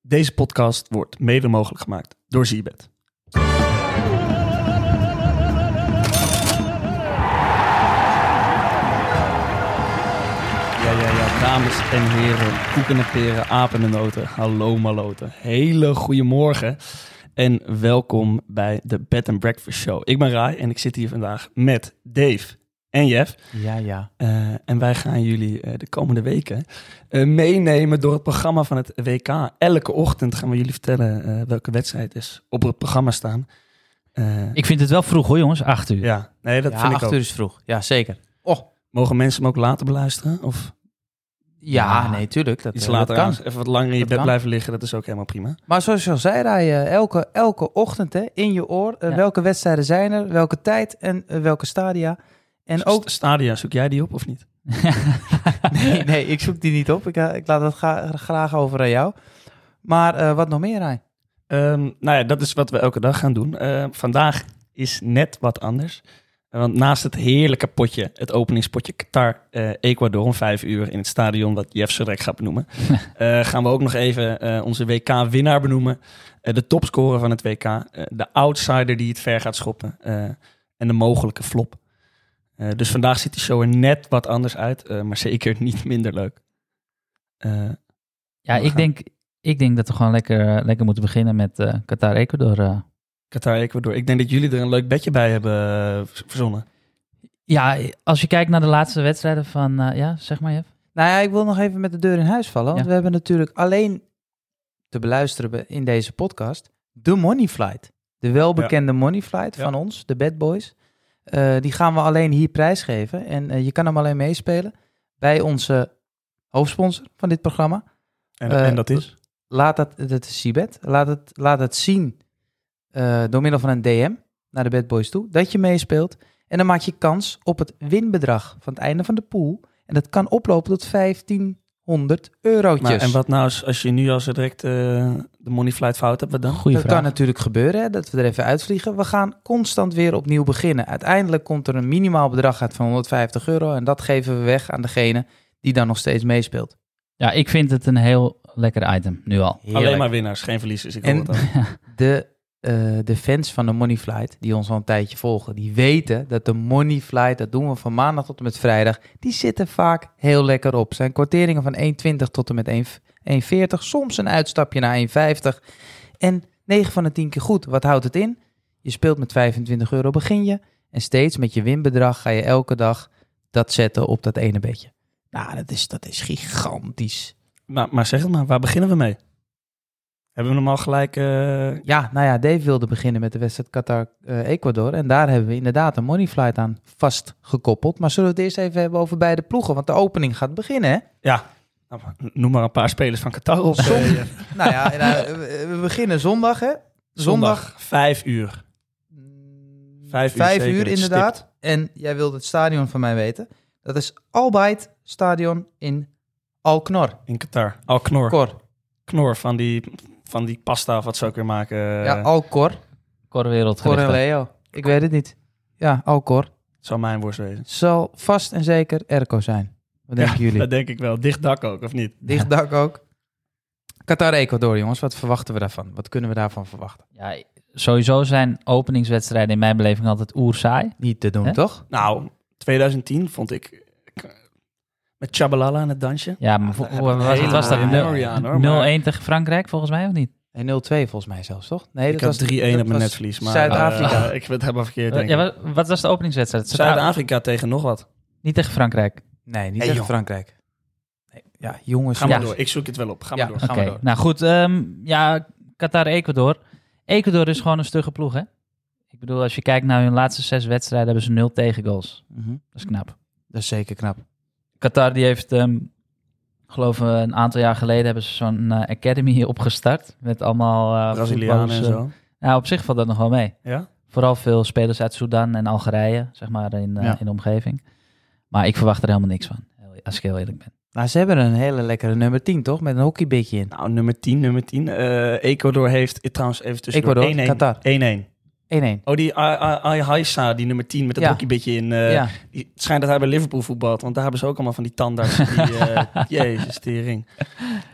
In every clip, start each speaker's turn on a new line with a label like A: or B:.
A: Deze podcast wordt mede mogelijk gemaakt door Zibet. Ja, ja, ja, dames en heren, koeken en peren, apen en noten, hallo maloten. Hele goeiemorgen en welkom bij de Bed and Breakfast Show. Ik ben Rai en ik zit hier vandaag met Dave en Jeff.
B: Ja, ja.
A: Eh, en wij gaan jullie eh, de komende weken eh, meenemen door het programma van het WK. Elke ochtend gaan we jullie vertellen eh, welke wedstrijd is op het programma staan. Eh,
C: Ik vind het wel vroeg hoor jongens, 8 uur.
A: ja, nee, dat
B: ja,
A: vind ik
B: acht
A: ook.
B: uur is vroeg. Ja, zeker.
A: Mogen mensen hem ook later beluisteren? Of
B: Ja,
C: Ja.
B: nee, tuurlijk. Dat,
A: iets
B: eh,
A: later
B: dat kan.
A: aan? Even wat langer in je
B: Dat
A: bed
B: kan.
A: blijven liggen, dat is ook helemaal prima.
B: Maar zoals je al zei, Rai, eh, elke, elke ochtend hè, in je oor. eh,
C: Ja.
B: Welke wedstrijden zijn er? Welke tijd en eh, welke stadia? En ook...
A: St- Stadia, zoek jij die op of niet?
B: Nee, nee, ik zoek die niet op. Ik, eh, ik laat dat ga- graag over aan jou. Maar eh, wat nog meer, Rai?
A: Ehm, nou ja, dat is wat we elke dag gaan doen. Eh, vandaag is net wat anders. Eh, Want naast het heerlijke potje, het openingspotje Qatar, eh, Ecuador om vijf uur in het stadion, wat Jeff zo direct gaat benoemen, eh, gaan we ook nog even eh, onze WK-winnaar benoemen. Eh, de topscorer van het WK, eh, de outsider die het ver gaat schoppen eh, en de mogelijke flop. Eh, dus vandaag ziet de show er net wat anders uit, eh, maar zeker niet minder leuk. Eh,
C: Ja, ik denk, ik denk dat we gewoon lekker, lekker moeten beginnen met eh, Qatar-Ecuador. eh.
A: Qatar-Ecuador. Ik denk dat jullie er een leuk bedje bij hebben eh, verzonnen.
C: Ja, als je kijkt naar de laatste wedstrijden van, eh, ja, zeg maar Jeff.
B: Nou ja, ik wil nog even met de deur in huis vallen. Want
C: Ja.
B: we hebben natuurlijk alleen te beluisteren be- in deze podcast de Money Flight. De welbekende Money Flight
A: Ja.
B: van ons, de Bad Boys. Eh, die gaan we alleen hier prijsgeven. En eh, je kan hem alleen meespelen bij onze hoofdsponsor van dit programma.
A: En,
B: Eh,
A: en dat is?
B: Laat dat, dat is Sibet. Laat het, laat het zien eh, door middel van een DM naar de Bad Boys toe dat je meespeelt. En dan maak je kans op het winbedrag van het einde van de pool. En dat kan oplopen tot 1500 eurotjes.
A: Maar, en wat nou als, als je nu als direct eh, de money flight fout hebt, wat dan?
C: Goeie
B: dat
C: vraag.
B: kan natuurlijk gebeuren, hè, dat we er even uitvliegen. We gaan constant weer opnieuw beginnen. Uiteindelijk komt er een minimaal bedrag uit van 150 euro. En dat geven we weg aan degene die dan nog steeds meespeelt.
C: Ja, ik vind het een heel lekker item, nu al.
A: Alleen maar winnaars, geen verliezers. Ik hoor
B: En-
A: het al.
B: de, eh, de fans van de Money Flight, die ons al een tijdje volgen, die weten dat de Money Flight, dat doen we van maandag tot en met vrijdag, die zitten vaak heel lekker op. Zijn kwarteringen van 1,20 tot en met 1,40, soms een uitstapje naar 1,50. En 9 van de 10 keer goed. Wat houdt het in? Je speelt met 25 euro begin je en steeds met je winbedrag ga je elke dag dat zetten op dat ene bedje. Nou, dat is, dat is gigantisch.
A: Maar, maar zeg het maar, waar beginnen we mee? Hebben we hem al gelijk... eh,
B: Ja, nou ja, Dave wilde beginnen met de wedstrijd Qatar-Ecuador. en daar hebben we inderdaad een money flight aan vastgekoppeld. Maar zullen we het eerst even hebben over beide ploegen? Want de opening gaat beginnen, hè?
A: ja, nou, noem maar een paar spelers van Qatar op.
B: Som-
A: eh, Jeff.
B: Nou ja, en, eh, we we beginnen zondag, hè?
A: Zondag, vijf uur.
B: Mm,
A: Vijf uur
B: Vijf
A: zeker,
B: uur,
A: het stipt.
B: inderdaad. En jij wilde het stadion van mij weten. Dat is Albayt Stadion in Alknor.
A: In Qatar. Al knor.
B: Kor.
A: Knor van die, van die pasta of wat zou ik weer maken. eh,
B: Ja, Alkor.
C: Cor
B: Cor en
C: Wereldgericht.
B: Leo. Ik weet het niet. Ja, Alkor.
A: zou mijn worst wezen.
B: Zal vast en zeker Erco zijn. Wat denken
A: Ja,
B: jullie?
A: Dat denk ik wel. Dicht dak ook, of niet?
B: Dicht dak ook. Qatar-Ecuador, jongens. Wat verwachten we daarvan? Wat kunnen we daarvan verwachten?
C: Ja, sowieso zijn openingswedstrijden in mijn beleving altijd oerzaai.
B: Niet te doen,
C: Hè?
B: toch?
A: Nou, 2010 vond ik... Met Chabalala en het dansje.
C: Ja, maar
A: daar
C: hoe,
A: heb ik
C: was,
A: een
C: het was dat?
B: hele
C: Nul- 0-1
A: memorie aan, hoor, maar-
C: tegen Frankrijk volgens mij of niet?
B: En 0-2 volgens mij zelfs, toch? Nee,
A: Ik had 3-1
B: dat
A: op mijn
B: was
A: netvlies. maar,
B: Zuid-Afrika.
A: eh, ik wil het helemaal verkeerd denken.
C: Ja, wat, wat was de openingswedstrijd?
A: Zuid-Afrika tegen nog wat.
C: Niet tegen Frankrijk.
B: Nee, niet
A: Hey,
B: tegen
A: joh.
B: Frankrijk. Nee, ja, jongens.
A: Ga maar
C: Ja.
A: door. Ik zoek het wel op. Ga
B: Ja.
A: maar door.
B: Gaan
C: Oké,
B: we door.
C: nou goed. ehm, ja, Qatar-Ecuador. Ecuador is gewoon een stugge ploeg, hè? Ik bedoel, als je kijkt naar hun laatste zes wedstrijden, hebben ze nul tegengoals.
B: Mhm.
C: Dat is knap.
B: Dat is zeker knap.
C: Qatar die heeft, ehm geloof ik, een aantal jaar geleden hebben ze zo'n eh, academy opgestart. Met allemaal eh,
A: Brazilianen en
C: voetballers, eh,
A: zo.
C: Nou, op zich valt dat nog wel mee.
B: eh.
A: Ja?
C: Vooral veel spelers uit Sudan en Algerije, zeg maar, in, eh,
B: Ja.
C: in de omgeving. Maar ik verwacht er helemaal niks van, heel- als ik heel eerlijk ben.
B: Nou, ze hebben een hele lekkere nummer 10, toch? Met een hockeybitje in. 1-1.
A: Nou, nummer 10, nummer 10. Eh, Ecuador heeft eh, trouwens even tussendoor
B: Ecuador,
A: 1-1.
B: Qatar.
A: 1-1. Oh, die Ayhaisa, die nummer 10 met dat
B: Ja.
A: hockeybitje in. eh,
B: ja.
A: die- Het schijnt dat hij bij Liverpool voetbalt, want daar hebben ze ook allemaal van die tandarts. Die, eh jezus, tering.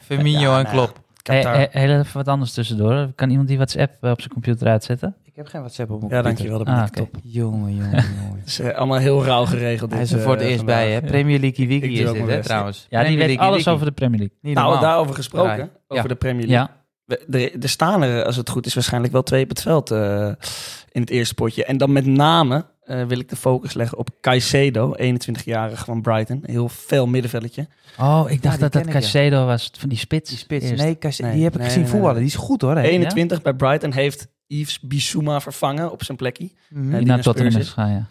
B: Firmino
A: Ja,
B: en
A: nou,
B: Klopp. Eh,
A: Qatar.
C: Hey, hey, heel even wat anders tussendoor. Kan iemand die WhatsApp eh, op zijn computer uitzetten?
B: Ik heb geen WhatsApp op mijn
A: ja,
B: computer.
A: dankjewel. Dat ben
C: Ah,
A: ik
C: oké.
A: top.
B: Jongen, jongen, jongen.
A: Het is eh, allemaal heel rauw geregeld.
B: Hij
A: dit,
B: is er voor het
A: eh,
B: eerst
A: vandaag.
B: bij, hè? Premier League
A: Ik doe
B: Wiki is
A: ook
B: dit,
A: mijn
B: hè,
A: best.
B: trouwens.
C: Ja, die
B: Premier
C: weet
B: League
C: alles
B: Wiki.
C: over de Premier League.
B: Niet
A: Nou,
B: normaal.
A: daarover gesproken,
B: Ja.
A: over de Premier League.
C: Ja,
A: We- Er, er staan er, als het goed is, waarschijnlijk wel twee op het veld eh, in het eerste potje. En dan met name eh, wil ik de focus leggen op Caicedo, 21-jarige van Brighton. Heel fel middenveldje.
C: Oh, ik dacht
B: die
C: dat dat
B: ken ik, ja.
C: Caicedo was van die spits.
B: Die spits.
C: Eerst.
B: Nee, Cas-
A: Nee,
B: die heb ik
A: nee,
B: gezien
A: nee,
B: voetballen.
A: nee.
B: Die is goed hoor. hè?
A: 21 bij Brighton heeft Yves Bissouma vervangen op zijn plekje.
B: Mhm.
A: Nee,
C: die
A: die
C: naar
A: naar
C: Tottenham
A: Spurs
C: is gegaan, ja.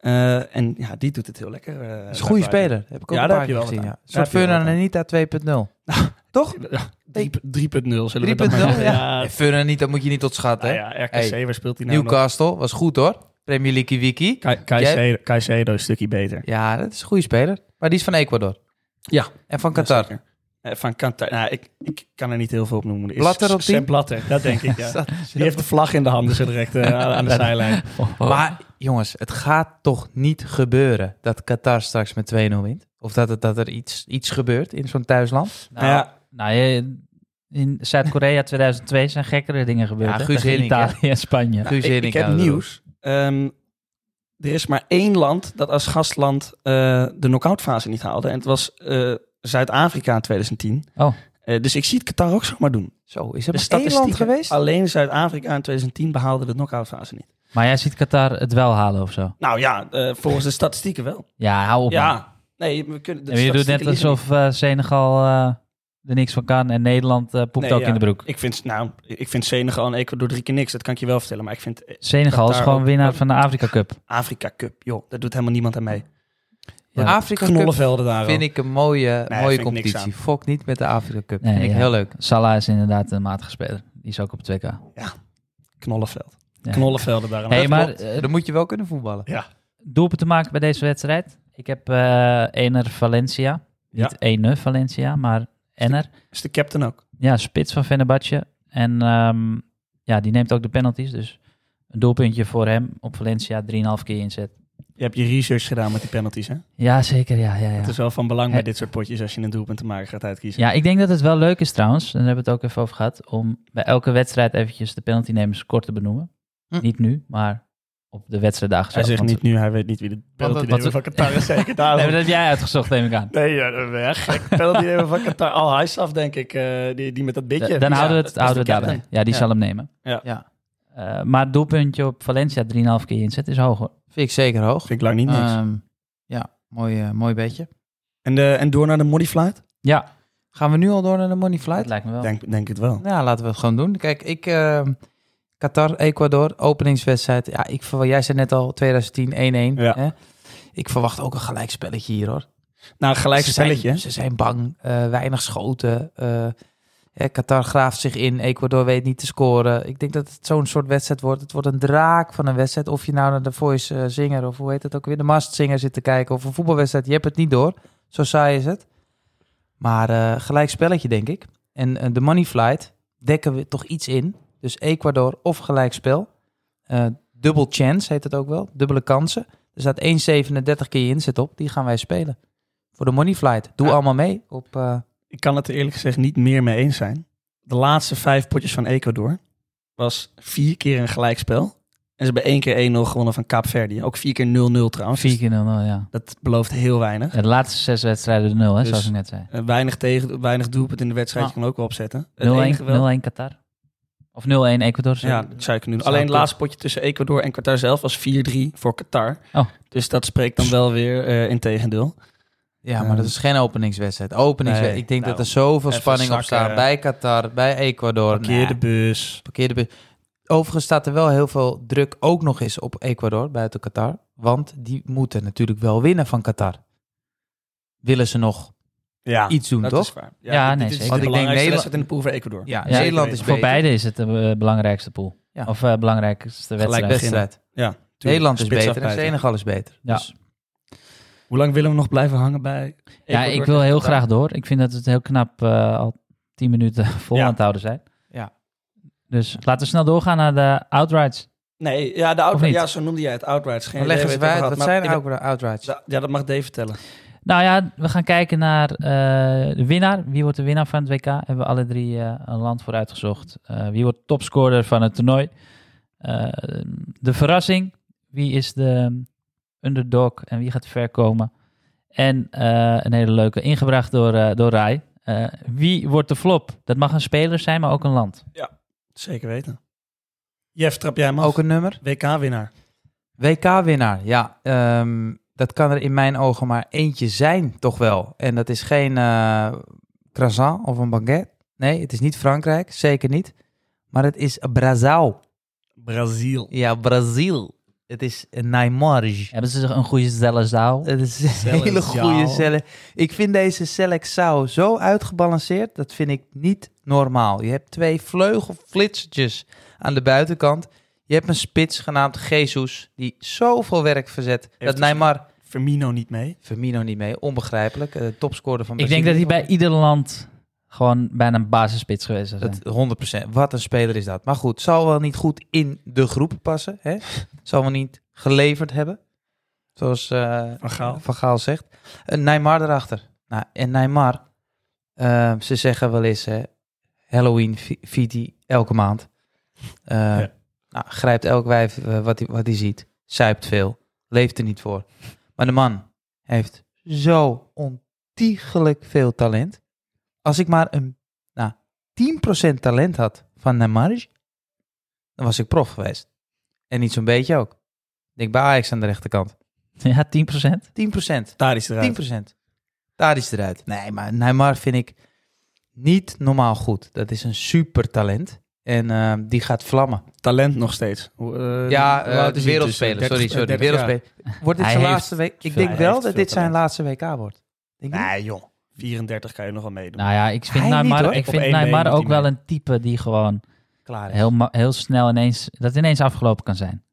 A: Eh, en ja, die doet het heel lekker. eh, bij
B: is een goede
A: Brighton.
B: speler. Heb ik ook
A: Ja,
B: een
A: daar
B: paar
A: heb je
B: keer
A: wel
B: gezien.
A: wat
B: Ja.
A: aan.
B: Een soort
A: Daar heb je wel
B: Fernand Anita 2.0. Toch? 3.0,
A: Drie- 3.0 zullen we dat maar
B: ja.
A: zeggen.
B: ja. Fernand Anita moet je niet
A: Nou
B: ontschatten. hè?
A: ja, RKC,
B: Hey,
A: waar speelt hij nou nog?
B: Newcastle was goed hoor. Premier League Wiki.
A: Ca- Caicedo- Caicedo is een stukje beter.
B: Ja, dat is een goede speler. Maar die is van Ecuador.
A: Ja.
B: En van Qatar.
A: Ja, zeker. Eh, van Qatar. Nou, ik, ik kan er niet heel veel op noemen. Is
B: Blatter op
A: S-
B: tien?
A: Sam Blatter, dat denk ik.
B: Is
A: Ja.
B: dat- is Oh.
A: Die heeft de vlag in de handen zo direct eh, aan aan de zijlijn.
B: Maar jongens, het gaat toch niet gebeuren dat Qatar straks met 2-0 wint? Of dat, het, dat er iets, iets gebeurt in zo'n thuisland?
C: Nou,
A: Nou ja.
C: nou, je- in Zuid-Korea 2002 zijn gekkere dingen gebeurd.
B: Ja,
C: hè?
B: Guus
C: Tegen
B: Hiddink,
C: Italië en Spanje.
B: Nou, Guus
A: ik,
B: Hiddink
A: ik heb
B: aan de
A: nieuws. Ehm, er is maar één land dat als gastland eh, de knock-outfase niet haalde. En het was eh, Zuid-Afrika in 2010.
C: Oh.
A: Eh, dus ik zie het Qatar ook zomaar doen.
B: Zo, is het
A: De
B: maar één land
A: statistieken-
B: geweest?
A: Alleen Zuid-Afrika in 2010 behaalde de knock-outfase niet.
C: Maar jij ziet Qatar het wel halen of zo?
A: Nou ja, eh, volgens de statistieken wel.
C: Ja, hou op. man.
A: Ja. Nee, we kunnen... de
C: En je doet net
A: statistieken liegen
C: alsof eh, Senegal eh, er niks van kan en Nederland eh, poept
A: Nee,
C: ook
A: ja.
C: in de broek.
A: Ik vind, nou, ik vind Senegal en Ecuador drie keer niks. Dat kan ik je wel vertellen. Maar ik vind eh,
C: Senegal is
A: Qatar
C: gewoon
A: ook.
C: winnaar van de Afrika Cup.
A: Afrika Cup, joh. Daar doet helemaal niemand aan mee.
B: De
C: Ja.
B: Afrika Cup
A: Knollenvelden daar.
B: vind
A: al.
B: ik een mooie,
A: Nee,
B: mooie
A: vind ik niks
B: competitie. Fok niet met de Afrika Cup.
C: Nee,
B: vind ik
C: ja.
B: heel leuk.
C: Salah is inderdaad een matige speler. Die is ook op het WK.
A: Knollenveld.
C: Ja.
A: Knollenvelden daar.
C: Hey,
A: Dat
C: maar
A: klopt.
C: eh,
B: Dan moet je wel kunnen voetballen.
C: doelpunt te maken bij deze wedstrijd. Ik heb eh Ener Valencia.
A: Ja.
C: Niet Ene Valencia, maar Ener.
A: Is de captain ook.
C: Ja, spits van Fenerbahce. En ehm, ja, die neemt ook de penalties. Dus een doelpuntje voor hem op Valencia. 3,5 keer inzet.
A: Je hebt je research gedaan met die penalties, hè?
C: Ja, zeker. Ja, ja, ja.
A: Dat is wel van belang bij
C: Hey.
A: dit soort potjes als je een doelpunt te maken gaat uitkiezen.
C: Ja, ik denk dat het wel leuk is trouwens, en daar hebben we het ook even over gehad, om bij elke wedstrijd eventjes de penaltynemers kort te benoemen.
B: Hm.
C: Niet nu, maar op de wedstrijddagen.
A: Hij
C: zelf,
A: zegt
C: want-
A: niet nu, hij weet niet wie de penalty
C: wat-
A: neemt van Qatar is. Zeker
C: Nee,
A: daarom.
C: maar dat heb jij uitgezocht, neem ik aan.
A: Nee, ja, dat- ja, gek. Penalty nemen van Qatar. Al hij af, denk ik. eh, die, die met dat
C: Da-
A: bitje.
C: dan
A: Ja,
C: houden we
A: dat
C: het,
A: was de
C: houden we het daarbij.
A: captain.
C: Ja, die
A: Ja.
C: zal hem nemen.
A: Ja.
B: Ja.
C: Eh, maar het doelpuntje op Valencia 3,5 keer inzet is hoger.
B: Vind ik zeker hoog.
A: Vind ik lang niet niks.
C: Ah.
B: Ehm, ja, mooi, eh, mooi beetje.
A: en, de, en door naar de money flight?
C: Ja,
B: Gaan we nu al door naar de money
C: dat
B: flight?
C: lijkt me wel.
A: Denk, denk het wel.
B: Ja, laten we het gewoon doen. Kijk, ik... ehm, Qatar, Ecuador, openingswedstrijd. Ja, ik verwacht, jij zei net al 2010 1-1.
A: Ja.
B: Hè? Ik verwacht ook een gelijkspelletje hier hoor.
A: Nou, gelijk een
B: Ze zijn-
A: spelletje. hè?
B: Ze zijn bang, eh, weinig schoten. eh, hè, Qatar graaft zich in, Ecuador weet niet te scoren. Ik denk dat het zo'n soort wedstrijd wordt. Het wordt een draak van een wedstrijd. Of je nou naar de Voice eh, Zinger of hoe heet het ook weer, de Mast Zinger zit te kijken. Of een voetbalwedstrijd, je hebt het niet door. Zo saai is het. Maar eh, gelijk spelletje, denk ik. En eh, de money flight dekken we toch iets in. Dus Ecuador of gelijkspel. Eh double chance heet het ook wel. Dubbele kansen. Er staat 1,37 keer je inzet op. Die gaan wij spelen. Voor de money flight. Doe
A: Ja.
B: allemaal mee. Op, eh,
A: Ik kan het er eerlijk gezegd niet meer mee eens zijn. De laatste vijf potjes van Ecuador was vier keer een gelijkspel. En ze hebben één keer 1-0 gewonnen van Kaapverdië. Ook vier keer 0-0 trouwens. Dus
C: Vier keer 0 ja.
A: Dat belooft heel weinig.
C: Ja, De laatste zes wedstrijden de 0, hè,
A: Dus-
C: zoals ik net zei.
A: Eh, Weinig, tegen, weinig doelpunt in de
B: Ah.
A: wedstrijd. Je kan ook wel opzetten. Het enige
C: 0-1
A: wel-
C: 0-1 Qatar. Of 0-1 Ecuador. sorry.
A: Ja, dat zou ik nu.
C: Zou
A: Alleen het
C: ik-
A: laatste potje tussen Ecuador en Qatar zelf was 4-3 voor Qatar.
C: Oh.
A: Dus dat spreekt dan wel weer eh in
B: Oh,
A: tegendeel.
B: nou ja, maar
A: Ehm.
B: dat is geen openingswedstrijd. Openingswedstrijd.
A: Nee,
B: ik denk
A: nou,
B: dat er zoveel
A: even
B: spanning op
A: zakken.
B: staat. Bij Qatar, bij Ecuador.
A: Parkeer
B: Nee.
A: de bus.
B: parkeerde bus. Overigens staat er wel heel veel druk ook nog eens op Ecuador buiten Qatar. Want die moeten natuurlijk wel winnen van Qatar. Willen ze nog
A: Ja,
B: iets doen,
A: dat
B: toch?
A: is waar.
C: Ja,
A: dit- dit
C: nee,
A: is
B: Want
C: zeker.
A: de
B: ik denk
A: belangrijkste
B: Nederland-
A: wedstrijd in de pool voor Ecuador.
B: Ja,
C: Ja,
B: Nederland is
A: Voor
C: Voor
B: beter.
C: beide is het de eh, belangrijkste pool.
B: Ja.
C: Of eh, belangrijkste
A: Gelijk
C: wedstrijd.
A: best-
B: wedstrijd.
A: Ja,
B: Nederland is
A: Spits
B: beter en
A: afbijten.
B: Senegal is beter.
C: Ja.
B: Dus
A: Hoe lang willen we nog blijven hangen bij
C: Ja,
A: Ecuador?
C: ik wil heel graag door. Ik vind dat we het heel knap eh, al 10 minuten vol
A: Ja.
C: aan het houden zijn.
B: Ja.
C: Dus laten we snel doorgaan naar de outrights.
A: Nee, ja, de
C: Of
A: outright,
C: niet?
A: ja, zo noemde jij het. Outrights. Geen
B: maar leg
A: idee
B: eens
A: waar
B: uit,
A: je het
B: wat
A: over had,
B: zijn
A: maar
B: outrights?
A: in de- Ja, dat mag Dave vertellen.
C: Nou ja, we gaan kijken naar eh, de winnaar. Wie wordt de winnaar van het WK? Hebben we alle drie eh, een land voor uitgezocht. Eh, wie wordt topscorer van het toernooi? Eh, de verrassing. Wie is de underdog en wie gaat ver komen? En eh, een hele leuke, ingebracht door, eh, door Rai. Eh, wie wordt de flop? Dat mag een speler zijn, maar ook een land.
A: Zeker weten. Jeff, trap jij hem af?
B: Ook een nummer.
A: WK-winnaar.
B: WK-winnaar, ja. ehm, dat kan er in mijn ogen maar eentje zijn, toch wel. En dat is geen eh croissant of een baguette. Nee, het is niet Frankrijk, zeker niet. Maar het is Brazil.
A: Brazil.
B: Ja, Brazil. Het is Neymar.
C: Hebben ze een goede zellerzaal?
B: Het is een
A: Select
B: hele goede
A: jou.
B: cellen. Ik vind deze Selexau zo uitgebalanceerd. Dat vind ik niet normaal. Je hebt twee vleugelflitsertjes aan de buitenkant. Je hebt een spits genaamd Jesus, die zoveel werk verzet. dat
A: het
B: Neymar,
A: Firmino niet mee.
B: Firmino niet mee, onbegrijpelijk. eh topscorer van
C: Ik
B: Brazilië.
C: denk dat hij bij ieder land gewoon bijna een basisspits geweest zou zijn.
B: Dat 100%. Wat een speler is dat. Maar goed, zal wel niet goed in de groep passen. Hè? Zal wel niet geleverd hebben. Zoals eh,
A: Van Gaal.
B: Van Gaal zegt. Een Neymar erachter. Nou, en Neymar, eh, ze zeggen wel eens, hè, Halloween vi- viert hij elke maand. Eh,
A: Ja.
B: nou, grijpt elk wijf eh, wat hij wat hij ziet. Zuipt veel. Leeft er niet voor. Maar de man heeft zo ontiegelijk veel talent. Als ik maar een nou, 10% talent had van Neymar, dan was ik prof geweest. En niet zo'n beetje ook. Ik denk bij Ajax aan de rechterkant.
C: Ja, 10%.
B: 10%.
A: Daar is eruit.
B: 10%. Daar is eruit. Nee, maar Neymar vind ik niet normaal goed. Dat is een super talent. En eh, die gaat vlammen.
A: Talent nog steeds. Hoe, eh,
B: ja,
A: hoe oud
B: eh
A: is hij
B: wereldspeler.
A: tussen?
B: Sorry,
A: 30,
B: sorry.
A: eh, 30 jaar.
B: Wereldspeler. Wordt dit
C: Hij
B: zijn
C: heeft
B: laatste week? Ik
C: veel-
B: denk
A: hij
B: wel
A: heeft
B: dat
A: veel
B: dit zijn
A: talent.
B: laatste WK wordt. Denk je niet?
A: Nee joh, 34 kan je nog wel meedoen.
C: Nou ja, ik vind
B: Hij niet,
C: Neymar,
B: hoor.
C: ik
A: Op
C: vind
A: één been
C: Neymar
A: moet hij
C: ook wel
A: mee.
C: een type die gewoon
B: Klaar is.
C: heel, ma- heel snel ineens, dat ineens afgelopen kan zijn.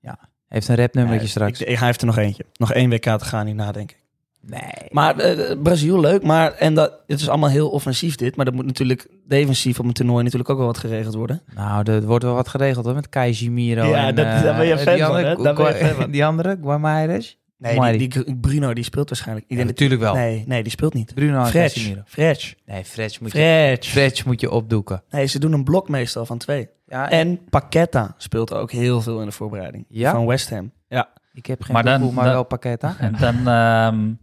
B: Heeft een rapnummertje
A: Ja,
B: straks.
A: ik- ik- hij heeft er nog eentje. Nog één WK te gaan hierna, denk ik.
B: nee.
A: Maar eh, Brazil, leuk. Maar, en dat, het is allemaal heel offensief dit. Maar dat moet natuurlijk defensief op een toernooi natuurlijk ook wel wat geregeld worden.
B: Nou, er wordt wel wat geregeld hoor. Met Casemiro.
A: Ja,
B: en,
A: dat-
B: eh,
A: daar ben je
B: die
A: fan van,
B: andere-
A: hè? Daar ben je fan van.
B: Die andere, Guamaiers.
A: Nee, die, die- Bruno die speelt waarschijnlijk. Ik
B: Ja,
A: denk dat-
B: natuurlijk wel.
A: nee, nee, die speelt niet.
B: Bruno en
A: Fresh.
B: Casemiro.
A: Fresh.
B: Nee, Fresh moet, je,
A: Fresh.
B: Fresh moet je opdoeken.
A: Nee, ze doen een blok meestal van twee.
B: Ja,
A: En Paqueta speelt ook heel veel in de voorbereiding.
B: Ja?
A: Van West Ham. Ja.
B: ik heb geen
C: Maar
B: maar
C: dan-
B: maar
C: dan-
B: wel Paqueta.
C: En dan, ehm,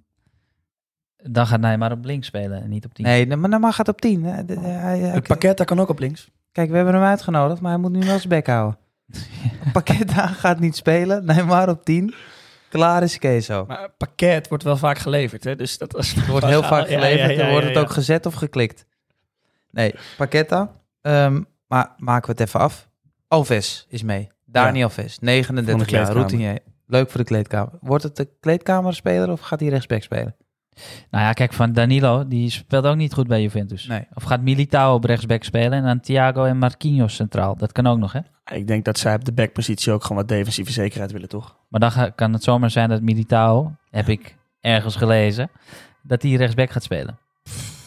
C: dan gaat Neymar op links spelen en niet Oh. op 10.
B: Nee, nee, maar Neymar gaat op 10. hè. De- de- hij- hij-
A: De Paqueta kan ook op links.
B: Kijk, we hebben hem uitgenodigd, maar hij moet nu wel zijn bek houden. Paqueta gaat niet spelen. Neymar op 10. Klaar is Kezo.
A: Maar pakket wordt wel vaak geleverd, hè? Dus dat was...
B: Er wordt heel vaak geleverd
A: Ja, ja, ja,
B: en wordt het
A: ja,
B: ook gezet of geklikt. Nee, Paqueta. Ehm, maar maken we het even af. Alves is mee. Dani Alves,
A: Van
B: 39
A: de
B: jaar,
A: kleedkamer.
B: routinier. Leuk voor de kleedkamer. Wordt het de kleedkamerspeler of gaat hij rechtsback spelen?
C: Nou ja, kijk, van Danilo, die speelt ook niet goed bij Juventus.
B: Nee.
C: Of gaat Militao op rechtsback spelen en dan Thiago en Marquinhos centraal. Dat kan ook nog, hè?
A: Ik denk dat zij op de backpositie ook gewoon wat defensieve zekerheid willen, toch?
C: Maar dan ga- kan het zomaar zijn dat Militao, heb ik ergens gelezen, dat hij rechtsback gaat spelen.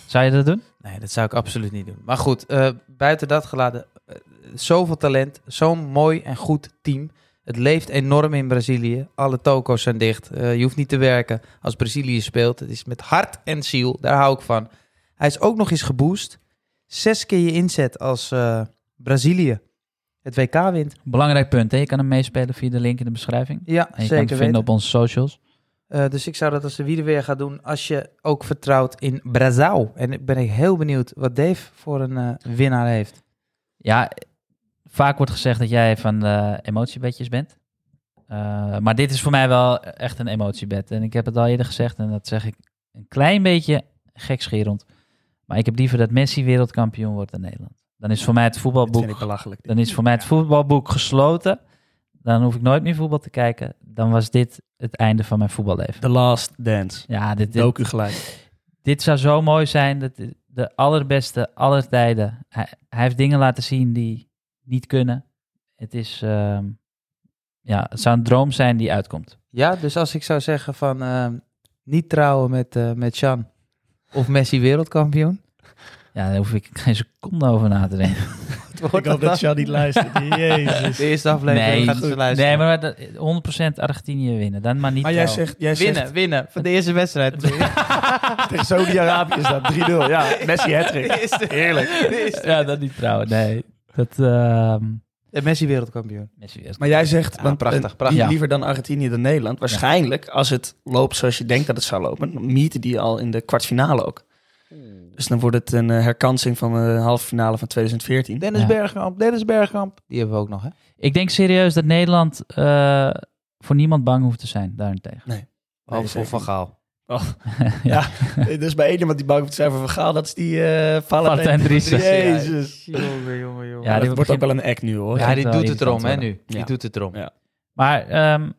C: Zou je dat doen?
B: Nee, dat zou ik absoluut niet doen. Maar goed, eh, buiten dat geladen, eh, zoveel talent, zo'n mooi en goed team. Het leeft enorm in Brazilië. Alle toko's zijn dicht. Eh, je hoeft niet te werken als Brazilië speelt. Het is met hart en ziel, daar hou ik van. Hij is ook nog eens geboost. Zes keer je inzet als eh, Brazilië het WK wint.
C: Belangrijk punt, hè? Je kan hem meespelen via de link in de beschrijving.
B: Ja,
C: En je kan
B: zeker
C: het vinden
B: weten.
C: op onze socials.
B: Eh, dus ik zou dat als de wielen weer gaan doen als je ook vertrouwt in Brazil. En ik ben ik heel benieuwd wat Dave voor een eh, winnaar heeft.
C: Ja, vaak wordt gezegd dat jij van de emotiebedjes bent. Eh, maar dit is voor mij wel echt een emotiebed. En ik heb het al eerder gezegd en dat zeg ik een klein beetje gekscherend. Maar ik heb liever dat Messi wereldkampioen wordt dan Nederland. Dan is voor mij het
A: Dat vind
C: voetbalboek
A: ik belachelijk.
C: dan is voor mij het voetbalboek gesloten. Dan hoef ik nooit meer voetbal te kijken. Dan was dit het einde van mijn voetballeven.
A: The Last Dance.
C: Ja, dit, dit,
A: Doku gelijk.
C: dit zou zo mooi zijn. Dat de- de allerbeste aller tijden. Hij, hij heeft dingen laten zien die niet kunnen. Het is... ehm, ja, het zou een droom zijn die uitkomt.
B: Ja, dus als ik zou zeggen van ehm, niet trouwen met, eh met Chan of Messi wereldkampioen.
C: Ja, daar hoef ik geen seconde over na te denken.
A: Het Ik
B: wordt
A: hoop dat
B: dat
A: Sean niet luistert. Jezus.
B: De eerste aflevering
C: Nee,
B: gaat ze luisteren.
C: Nee, maar dat- 100% Argentinië winnen. Dan maar niet
D: Maar jij
C: trouw.
D: zegt, jij
B: winnen,
D: zegt
B: winnen. Van de eerste wedstrijd. De
D: tegen Saudi-Arabië is dat 3-0. Ja, Messi hat-trick.
B: eerste-
D: Heerlijk.
B: de eerste-
C: Ja, dat niet trouwen. Nee. Dat... ehm,
B: En Messi wereldkampioen.
C: Messi is-
A: Maar jij zegt,
B: Ja,
A: want,
B: prachtig,
A: eh,
B: prachtig.
A: die- liever dan Argentinië dan Nederland. Waarschijnlijk, als het loopt zoals je denkt dat het zou lopen, dan mieten die al in de kwartfinale ook.
B: Hmm.
A: Dus dan wordt het een eh, herkansing van de halve finale van 2014.
B: Dennis
C: Ja.
B: Bergkamp, Dennis Bergkamp. Die hebben we ook nog, hè?
C: Ik denk serieus dat Nederland eh, voor niemand bang hoeft te zijn daarentegen.
B: Behalve voor
A: zeker
B: Van
A: niet.
B: Gaal.
A: dus bij één iemand die bang moet zijn voor Van Gaal, dat is die eh
C: Valentijn Driessen.
A: Jezus.
B: Jongen, jongen, jongen.
C: Ja,
A: Ja,
C: die
A: dat wordt
C: begint-
A: ook wel een act nu hoor.
C: Ja,
B: Ja, die
C: wel
B: doet het erom, hè,
C: irritant
B: nu. Die
A: Ja.
B: doet het erom.
A: Ja.
C: Maar ehm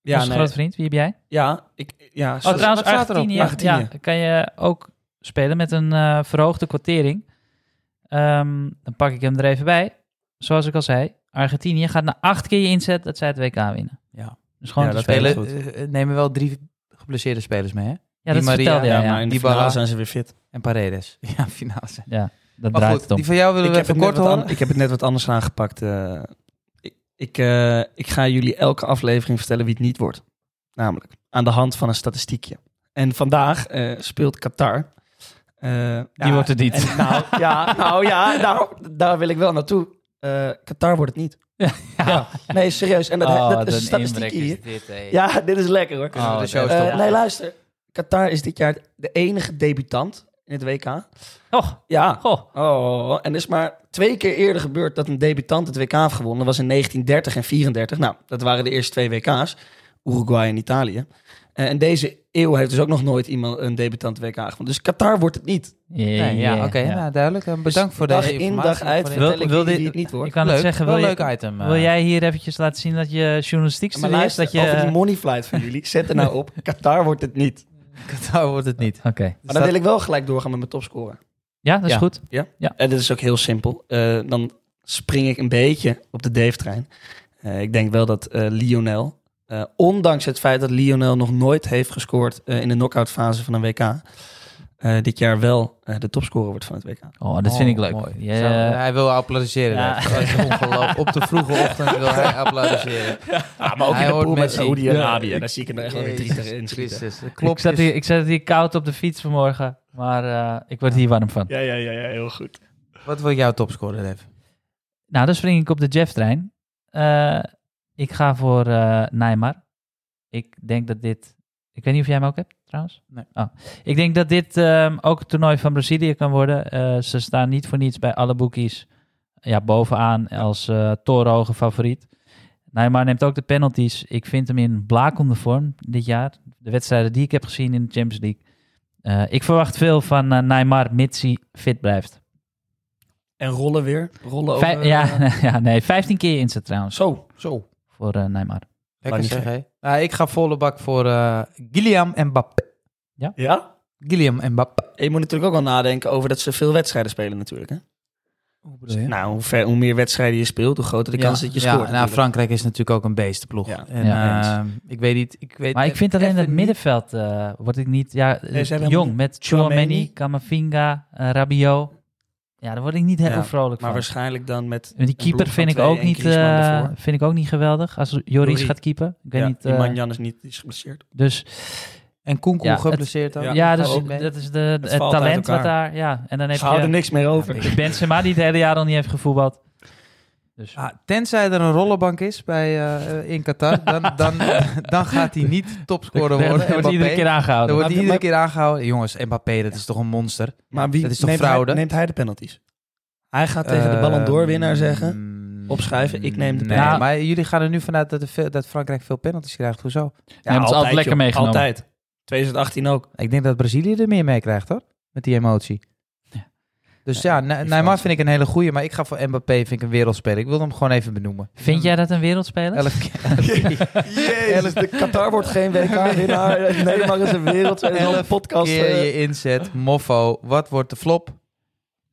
A: Ja,
C: onze
A: nee.
C: grote vriend, wie heb jij?
A: ja, ik, ja,
C: Oh,
A: sorry.
C: trouwens,
B: wat staat erop?
C: Argentinië,
A: Argentinië.
C: Ja, kan je ook spelen met een eh, verhoogde kwartering. Ehm, dan pak ik hem er even bij. Zoals ik al zei, Argentinië gaat na acht keer je inzet dat zij het WK winnen.
B: Ja.
C: Dus gewoon
A: Ja,
C: te
A: dat
C: spelen.
B: Spelen,
A: Heel goed.
B: eh, eh, nemen wel drie geblesseerde spelers mee, hè?
C: Ja,
B: die
C: dat
B: Maria,
C: vertelde
A: ja,
C: jij. Ja,
A: maar in de
B: Dybala.
A: finale zijn ze weer fit.
B: En Paredes. Ja, finale. zijn.
C: Dat
B: Maar
C: draait
B: goed,
C: het om.
B: die van jou willen
A: Ik
B: we
A: heb,
B: even
A: het net
B: kort
A: wat
B: horen.
A: an- ik heb het net wat anders aangepakt. eh. ik, ik, eh, ik ga jullie elke aflevering vertellen wie het niet wordt. Namelijk aan de hand van een statistiekje. En vandaag eh, speelt Qatar. Eh,
C: Die wordt het niet.
A: en nou ja, nou, ja nou, daar wil ik wel naartoe. Eh, Qatar wordt het niet.
C: Ja.
A: Nee, serieus. En dat,
C: Oh,
A: dat
C: wat
A: is een
C: een
A: statistiek
C: inbrek is
A: hier.
B: dit, hè?
A: Ja, dit is lekker hoor.
B: Kunnen we
C: Oh,
B: de show
C: dat-
A: Eh,
B: stoppen?
A: nee, luister. Qatar is dit jaar de enige debutant in het WK.
C: Oh,
A: Ja.
C: goh.
A: Oh, en er is maar twee keer eerder gebeurd dat een debutant het WK heeft gewonnen. Dat was in 1930 en 34. Nou, dat waren de eerste twee WK's. Uruguay en Italië. Eh, en deze eeuw heeft dus ook nog nooit iemand een debutant WK gewonnen. Dus Qatar wordt het niet.
B: Nee, ja, oké, nou, duidelijk. Eh, Bedankt voor
A: Dag
B: deze
A: in,
B: informatie.
A: dag uit
B: Voor
A: vertel
B: dit-
A: ik
B: wil
A: jullie
B: dit-
A: wie het niet wordt.
C: Ik kan het
B: Leuk,
C: zeggen,
B: wel
C: wil,
B: een
C: je,
B: leuk item. eh.
C: wil jij hier eventjes laten zien dat je journalistiek
A: Maar
C: studeert?
A: luister,
C: Dat je...
A: over die money flight van jullie, zet er nou op. Qatar wordt het niet.
B: Qatar wordt het niet.
C: Oké,
A: Maar dan wil ik wel gelijk doorgaan met mijn topscorer.
C: ja, dat is
B: Ja.
C: goed.
A: En dat is ook heel simpel. Eh, dan spring ik een beetje op de Dave-trein. Eh, ik denk wel dat eh, Lionel, eh, ondanks het feit dat Lionel nog nooit heeft gescoord eh, in de knock-outfase van een WK, eh, dit jaar wel eh, de topscorer wordt van het WK.
C: Oh, dat vind ik leuk.
B: Mooi.
C: Ja,
B: Zo, hij wil applaudisseren.
C: Ja.
B: Leuk. Dat is ongelooflijk. Op de vroege ochtend wil hij applaudisseren.
A: maar
B: ook Hij in de hoort pool met Messi.
A: Saudi-Arabië. Daar zie ik er echt wel weer drie
B: Jezus
A: tegen inschieten.
B: Christus, dat
C: ik,
B: klopt. dus.
C: zat hier, ik zat hier koud op de fiets vanmorgen, maar eh, ik word hier warm van.
A: Ja, ja, ja, ja, heel goed.
B: Wat wordt jouw topscorer, Lev?
C: Nou, dan spring ik op de Jeff-trein. Eh, ik ga voor eh Neymar. Ik denk dat dit... Ik weet niet of jij hem ook hebt, trouwens?
B: Nee.
C: Oh. Ik denk dat dit ehm, ook het toernooi van Brazilië kan worden. Eh, ze staan niet voor niets bij alle boekies ja, bovenaan als eh torenhoge favoriet. Neymar neemt ook de penalties. Ik vind hem in blakende vorm dit jaar. De wedstrijden die ik heb gezien in de Champions League. Eh, ik verwacht veel van eh, Neymar, mits hij fit blijft.
A: En rollen weer. Rollen
C: Vij-
A: over. eh,
C: ja, ja, nee, 15 keer inzet trouwens
A: Zo.
B: Zo.
C: voor eh, Neymar.
B: Lekker
A: niet
B: zeg, hè? Nou, ik ga volle bak voor eh Guillaume Mbappé.
A: Ja?
B: Guillaume Mbappé.
A: Je moet natuurlijk ook wel nadenken over dat ze veel wedstrijden spelen natuurlijk. Hè?
B: Hoe bedoel je?
A: Nou, hoe, ver, hoe meer wedstrijden je speelt, hoe groter de kans dat je
B: ja,
A: scoort.
B: nou,
A: natuurlijk.
B: Frankrijk is natuurlijk ook een beestenploeg.
A: Ja.
B: En,
C: Ja,
B: eh, ik weet niet. Ik weet
A: e-
C: Maar ik vind alleen
B: even
C: dat
B: niet-
C: middenveld eh word ik niet... Ja,
A: hebben helemaal
C: jong,
A: niet-
C: met
A: Tchouameni.
C: Chouameni, Camavinga, eh, Rabiot. Ja, daar word ik niet heel
A: Ja,
C: vrolijk
A: Maar
C: van.
A: waarschijnlijk dan met...
C: En die
A: Een
C: keeper
A: ploeg van
C: vind ik,
A: twee
C: ook
A: en
C: niet,
A: Griezmann
C: eh,
A: ervoor.
C: vind ik ook niet geweldig. Als Joris
A: Joris.
C: gaat keepen. Ik weet
A: ja,
C: niet.
A: die
C: eh,
A: Manjan is niet die is geblesseerd.
C: dus
B: En Koenkoen
C: Ja, het-
B: geblesseerd ook.
A: Ja,
C: ja,
A: dat
C: dus
A: valt ook mee.
C: dat is de,
A: Het
C: het
A: valt uit
C: talent wat
A: elkaar.
C: daar. Ja, en dan heb
A: Ze houden
C: je
A: niks meer over.
B: niks.
C: Benzema die het hele jaar al niet heeft gevoetbald. Dus
B: Ah, tenzij er een rollenbank is bij, eh, eh, in Qatar, dan, dan, dan gaat hij niet topscorer
C: Dan
B: worden.
C: wordt iedere
B: Mbappé.
C: keer
B: Dan
C: aangehouden.
B: wordt hij
A: Maar-
B: iedere keer aangehouden. Jongens, Mbappé, dat is toch een monster?
A: Maar wie
B: Dat is toch
A: neemt,
B: fraude?
A: Hij, neemt hij de penalties? Hij gaat tegen
B: Eh,
A: de Ballon d'Or
B: mm,
A: winnaar zeggen. opschrijven, ik neem de
B: Ehm, nee,
C: penalty.
B: Maar jullie gaan er nu vanuit dat, er veel- dat Frankrijk veel penalties krijgt. Hoezo?
C: hebben ze altijd lekker
A: joh.
C: meegenomen.
A: Altijd. 2018 ook.
B: Ik denk dat Brazilië er meer mee krijgt, hoor. Met die emotie.
C: Ja.
B: Dus ja, Ne- Neymar
A: Fransen.
B: vind ik een hele goeie, maar ik ga voor Mbappé, vind ik een wereldspeler. Ik wil hem gewoon even benoemen.
C: Vind jij dat een wereldspeler?
B: Elf keer.
C: dus
A: Jezus, de Qatar wordt geen WK-winnaar. Neymar is een wereld. Er is al een
B: Elf
A: podcast.
B: keer
A: eh,
B: je inzet, moffo, wat wordt de flop?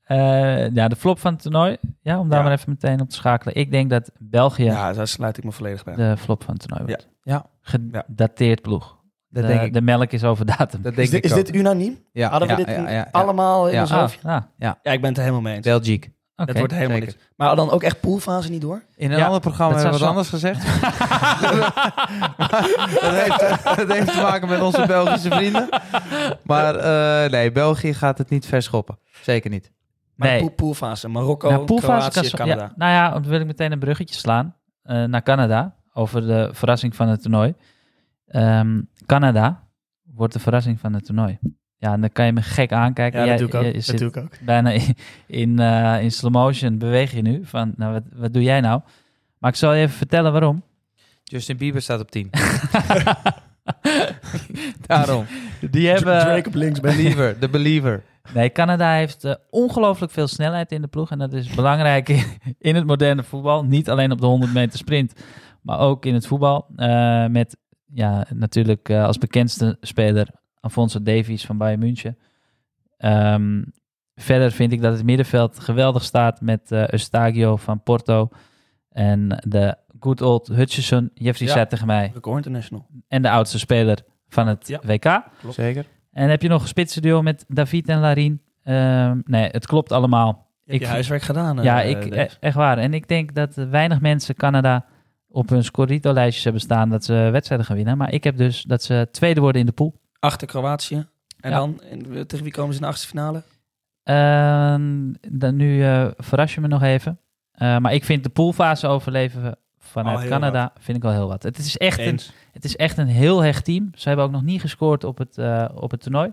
C: Eh, ja, de flop van het toernooi. Ja, om daar
A: Ja.
C: maar even meteen op te schakelen. Ik denk dat België
A: Ja, daar sluit ik me volledig bij.
C: de flop van het toernooi wordt.
B: Ja.
C: Gedateerd ploeg.
B: Dat
C: de,
B: denk ik.
C: de melk is over datum.
B: Dat denk
A: Is dit,
B: ik
A: is
B: ook.
A: dit unaniem?
B: ja,
A: Hadden we
B: ja,
A: dit
B: ja, ja, ja.
A: allemaal in
B: Ja.
A: ons
C: Ah,
A: hoofd?
C: ja.
A: Ja, ik ben het er helemaal mee eens.
B: België.
A: Het wordt helemaal
B: zeker.
A: niks. Maar dan ook echt poolfase niet door?
B: In een
C: Ja,
B: ander programma
C: dat
B: hebben we wat
C: zou
B: anders gezegd. dat, heeft, dat heeft te maken met onze Belgische vrienden. Maar eh, nee, België gaat het niet verschoppen. Zeker niet.
A: Maar
C: Nee.
A: pool- poolfase, Marokko,
C: Nou, poolfase
A: Kroatië,
C: kan-
A: Canada.
C: ja, nou ja, dan wil ik meteen een bruggetje slaan eh, naar Canada. Over de verrassing van het toernooi. Ehm, Canada wordt de verrassing van het toernooi. Ja, en dan kan je me gek aankijken.
A: Ja,
C: Jij-
A: natuurlijk ook.
C: je zit
A: natuurlijk ook.
C: bijna in, in, eh, in slow motion beweeg je nu. Van, nou, wat, wat doe jij nou? Maar ik zal je even vertellen waarom.
B: Justin Bieber staat op 10. Daarom.
C: Die hebben...
A: Drake op links.
B: Believer, de believer.
C: Nee, Canada heeft eh, ongelooflijk veel snelheid in de ploeg. En dat is belangrijk in, in het moderne voetbal. Niet alleen op de 100 meter sprint, maar ook in het voetbal. Eh, met ja, natuurlijk eh, als bekendste speler Alfonso Davies van Bayern München. Ehm, verder vind ik dat het middenveld geweldig staat met eh Eustagio van Porto. En de good old Hutchison. Jeffrey
A: Ja.
C: zei tegen mij.
A: Record International.
C: En de oudste speler van het
A: Ja.
C: WK.
B: Zeker.
C: En heb je nog een spitsen duo met David en Larin? Ehm, nee, het klopt allemaal.
A: Ik je huiswerk gedaan. eh,
C: ja, ik,
A: Dave.
C: e- echt waar. En ik denk dat weinig mensen Canada op hun scorito-lijstjes hebben staan dat ze wedstrijden gaan winnen. Maar ik heb dus dat ze tweede worden in de pool.
A: Achter Kroatië. En
C: Ja.
A: dan, en, tegen wie komen ze in de achtste finale?
C: Ehm, dan nu eh, verras je me nog even. Eh, maar ik vind de poolfase overleven
A: Al
C: vanuit
A: heel
C: Canada vind ik al heel wat. Het is echt een
A: Eens.
C: Het is echt een heel hecht team. Ze hebben ook nog niet gescoord op het, eh, op het toernooi.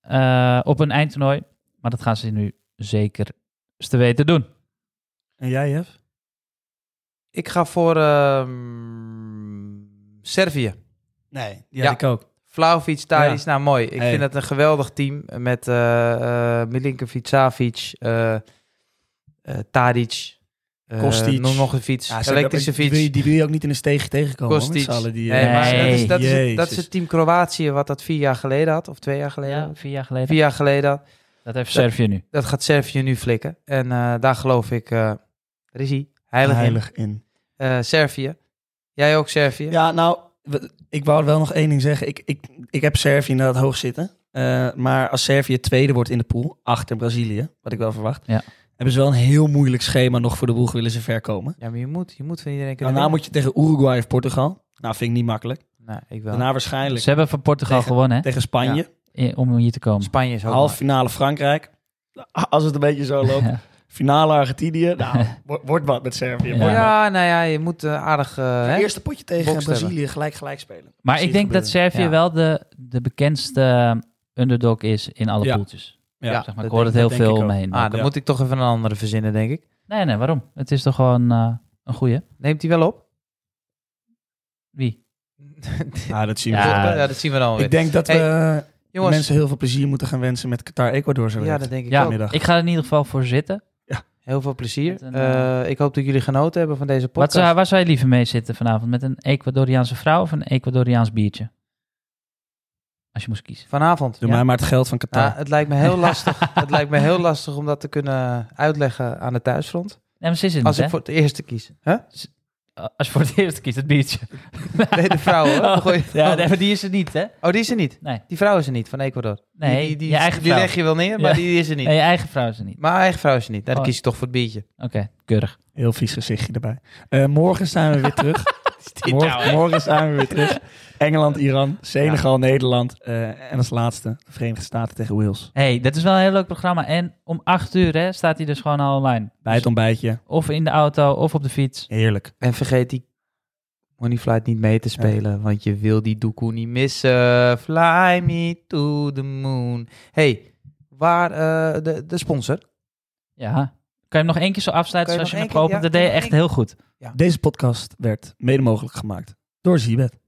C: Eh, op een eindtoernooi. Maar dat gaan ze nu zeker te weten doen.
A: En jij, Jeff?
B: Ik ga voor ehm, Servië.
A: Nee, die
B: Ja.
A: had ik ook.
B: Vlaovic, Tadic, nou mooi. Ik
A: Hey.
B: vind het een geweldig team met eh eh Milinkovic, Savic, eh eh Tadic, eh,
A: Kostic.
B: noem nog een fiets,
A: Ja, zo-
B: elektrische
A: die wil
B: fiets.
A: je- Die wil je ook niet in een steeg tegenkomen. hoor, met
B: Kostic.
A: z'n allen die, eh,
B: Nee, maar dat, is,
C: Nee.
B: dat, is, het- dat is
A: Jezus.
B: het team Kroatië wat dat vier jaar geleden had, of twee jaar geleden.
C: Ja, vier jaar geleden.
B: Vier jaar geleden had.
C: Dat heeft Servië nu.
B: Dat gaat Servië nu flikken. En eh, daar geloof ik, eh daar is hij, heilig, in.
A: heilig in.
B: Eh, Servië. Jij ook Servië?
A: Ja, nou, we- ik wou wel nog één ding zeggen. Ik, ik, ik heb Servië inderdaad hoog zitten. Eh, maar als Servië tweede wordt in de pool, achter Brazilië, wat ik wel verwacht,
C: Ja.
A: hebben ze wel een heel moeilijk schema nog voor de boeg willen ze ver komen.
B: Ja, maar je moet, je moet van iedereen kunnen
A: Daarna
B: winnen.
A: moet je tegen Uruguay of Portugal. Nou, vind ik niet makkelijk.
B: Nou, ik wel.
A: Daarna waarschijnlijk
C: Ze hebben van Portugal
A: Tegen-
C: gewonnen hè,
A: tegen Spanje.
C: in- om hier te komen.
B: Spanje is ook
A: Half finale Frankrijk. Nou, Als het een beetje zo loopt. Finale Argentinië. Nou, wo- wordt wat met Servië.
C: Ja.
A: wordt
B: Ja,
A: wat.
B: nou ja, je moet eh, aardig... eh, hè?
A: Eerste potje tegen
B: Boksen
A: Brazilië gelijk gelijk spelen.
C: Maar
A: Zie
C: ik
A: je
C: denk dat
A: gebeuren.
C: Servië
B: Ja.
C: wel de, de bekendste eh, underdog is in alle
A: Ja.
C: poeltjes.
A: Ja,
C: Zeg maar,
B: dat
C: ik hoor het
B: denk-
C: heel
A: dat denk
C: veel
A: ik
C: om me
A: ook.
C: heen.
B: Ah, dan
A: Ja.
B: moet ik toch even een andere verzinnen, denk ik.
C: nee, nee, waarom? Het is toch gewoon eh, een goeie?
B: Neemt hij wel op?
C: Wie?
A: Ja, Ah, dat zien we.
C: Ja.
A: wel.
B: ja, dat zien we dan alweer.
A: Ik denk dat we
B: Hey,
A: Jongens.
B: Jongens,
A: mensen heel veel plezier moeten gaan wensen met Qatar-Ecuador. zo
B: ja,
A: direct.
B: dat denk ik
C: Ja,
B: ook.
A: middag.
C: ik ga er in ieder geval voor zitten.
B: Heel veel plezier.
C: Met een,
B: Eh, ik hoop dat jullie genoten hebben van deze
C: Wat
B: podcast.
C: zou, waar zou je liever mee zitten vanavond? Met een Ecuadoriaanse vrouw of een Ecuadoriaans biertje? Als je moest kiezen.
B: Vanavond.
A: Doe
C: Ja.
A: mij maar het geld van Qatar.
B: Nou, het lijkt me heel lastig. het lijkt me heel lastig om dat te kunnen uitleggen aan de thuisfront.
C: Nee, maar ze is het
B: Als
C: niet,
B: ik voor het eerste kies. Huh?
C: hè? Als je voor het eerst kiest, het biertje.
B: Nee, de vrouw. hoor.
C: Oh,
B: Goeie-
C: ja, nee, maar die is het niet, hè?
B: Oh, die is er niet.
C: Nee.
B: Die vrouw is er niet van Ecuador. Die-
C: Nee,
B: die, die,
C: je eigen
B: die
C: vrouw.
B: leg je wel neer, maar
C: Ja.
B: die is er niet.
C: Nee, je eigen vrouw is het niet.
B: Maar mijn eigen vrouw is er niet. Nou, dan
C: Oh.
B: kies ik toch voor het biertje.
C: Oké, keurig.
A: Heel vies gezichtje erbij. Eh, morgen zijn we weer terug. morgen, morgen zijn we weer terug. Engeland, Iran, Senegal, Nederland. eh, en als laatste de Verenigde Staten tegen Wales.
C: hey, dat is wel een heel leuk programma. En om acht uur hè, staat hij dus gewoon al online. Dus
A: Bij het ontbijtje.
C: Of in de auto, of op de fiets.
A: Heerlijk.
B: En vergeet die Moneyflight niet mee te spelen, want je wil die doekoe niet missen. Fly me to the moon. hey, waar eh, de, de sponsor?
C: Ja. Kan je hem nog één keer zo afsluiten
B: Kan je
C: zoals je
B: nog één
C: hem hebt geopend?
B: keer-
C: dat
B: ja,
C: deed je
B: kan je
C: echt
B: nog
C: heel goed.
A: Deze podcast werd mede mogelijk gemaakt door Zibet.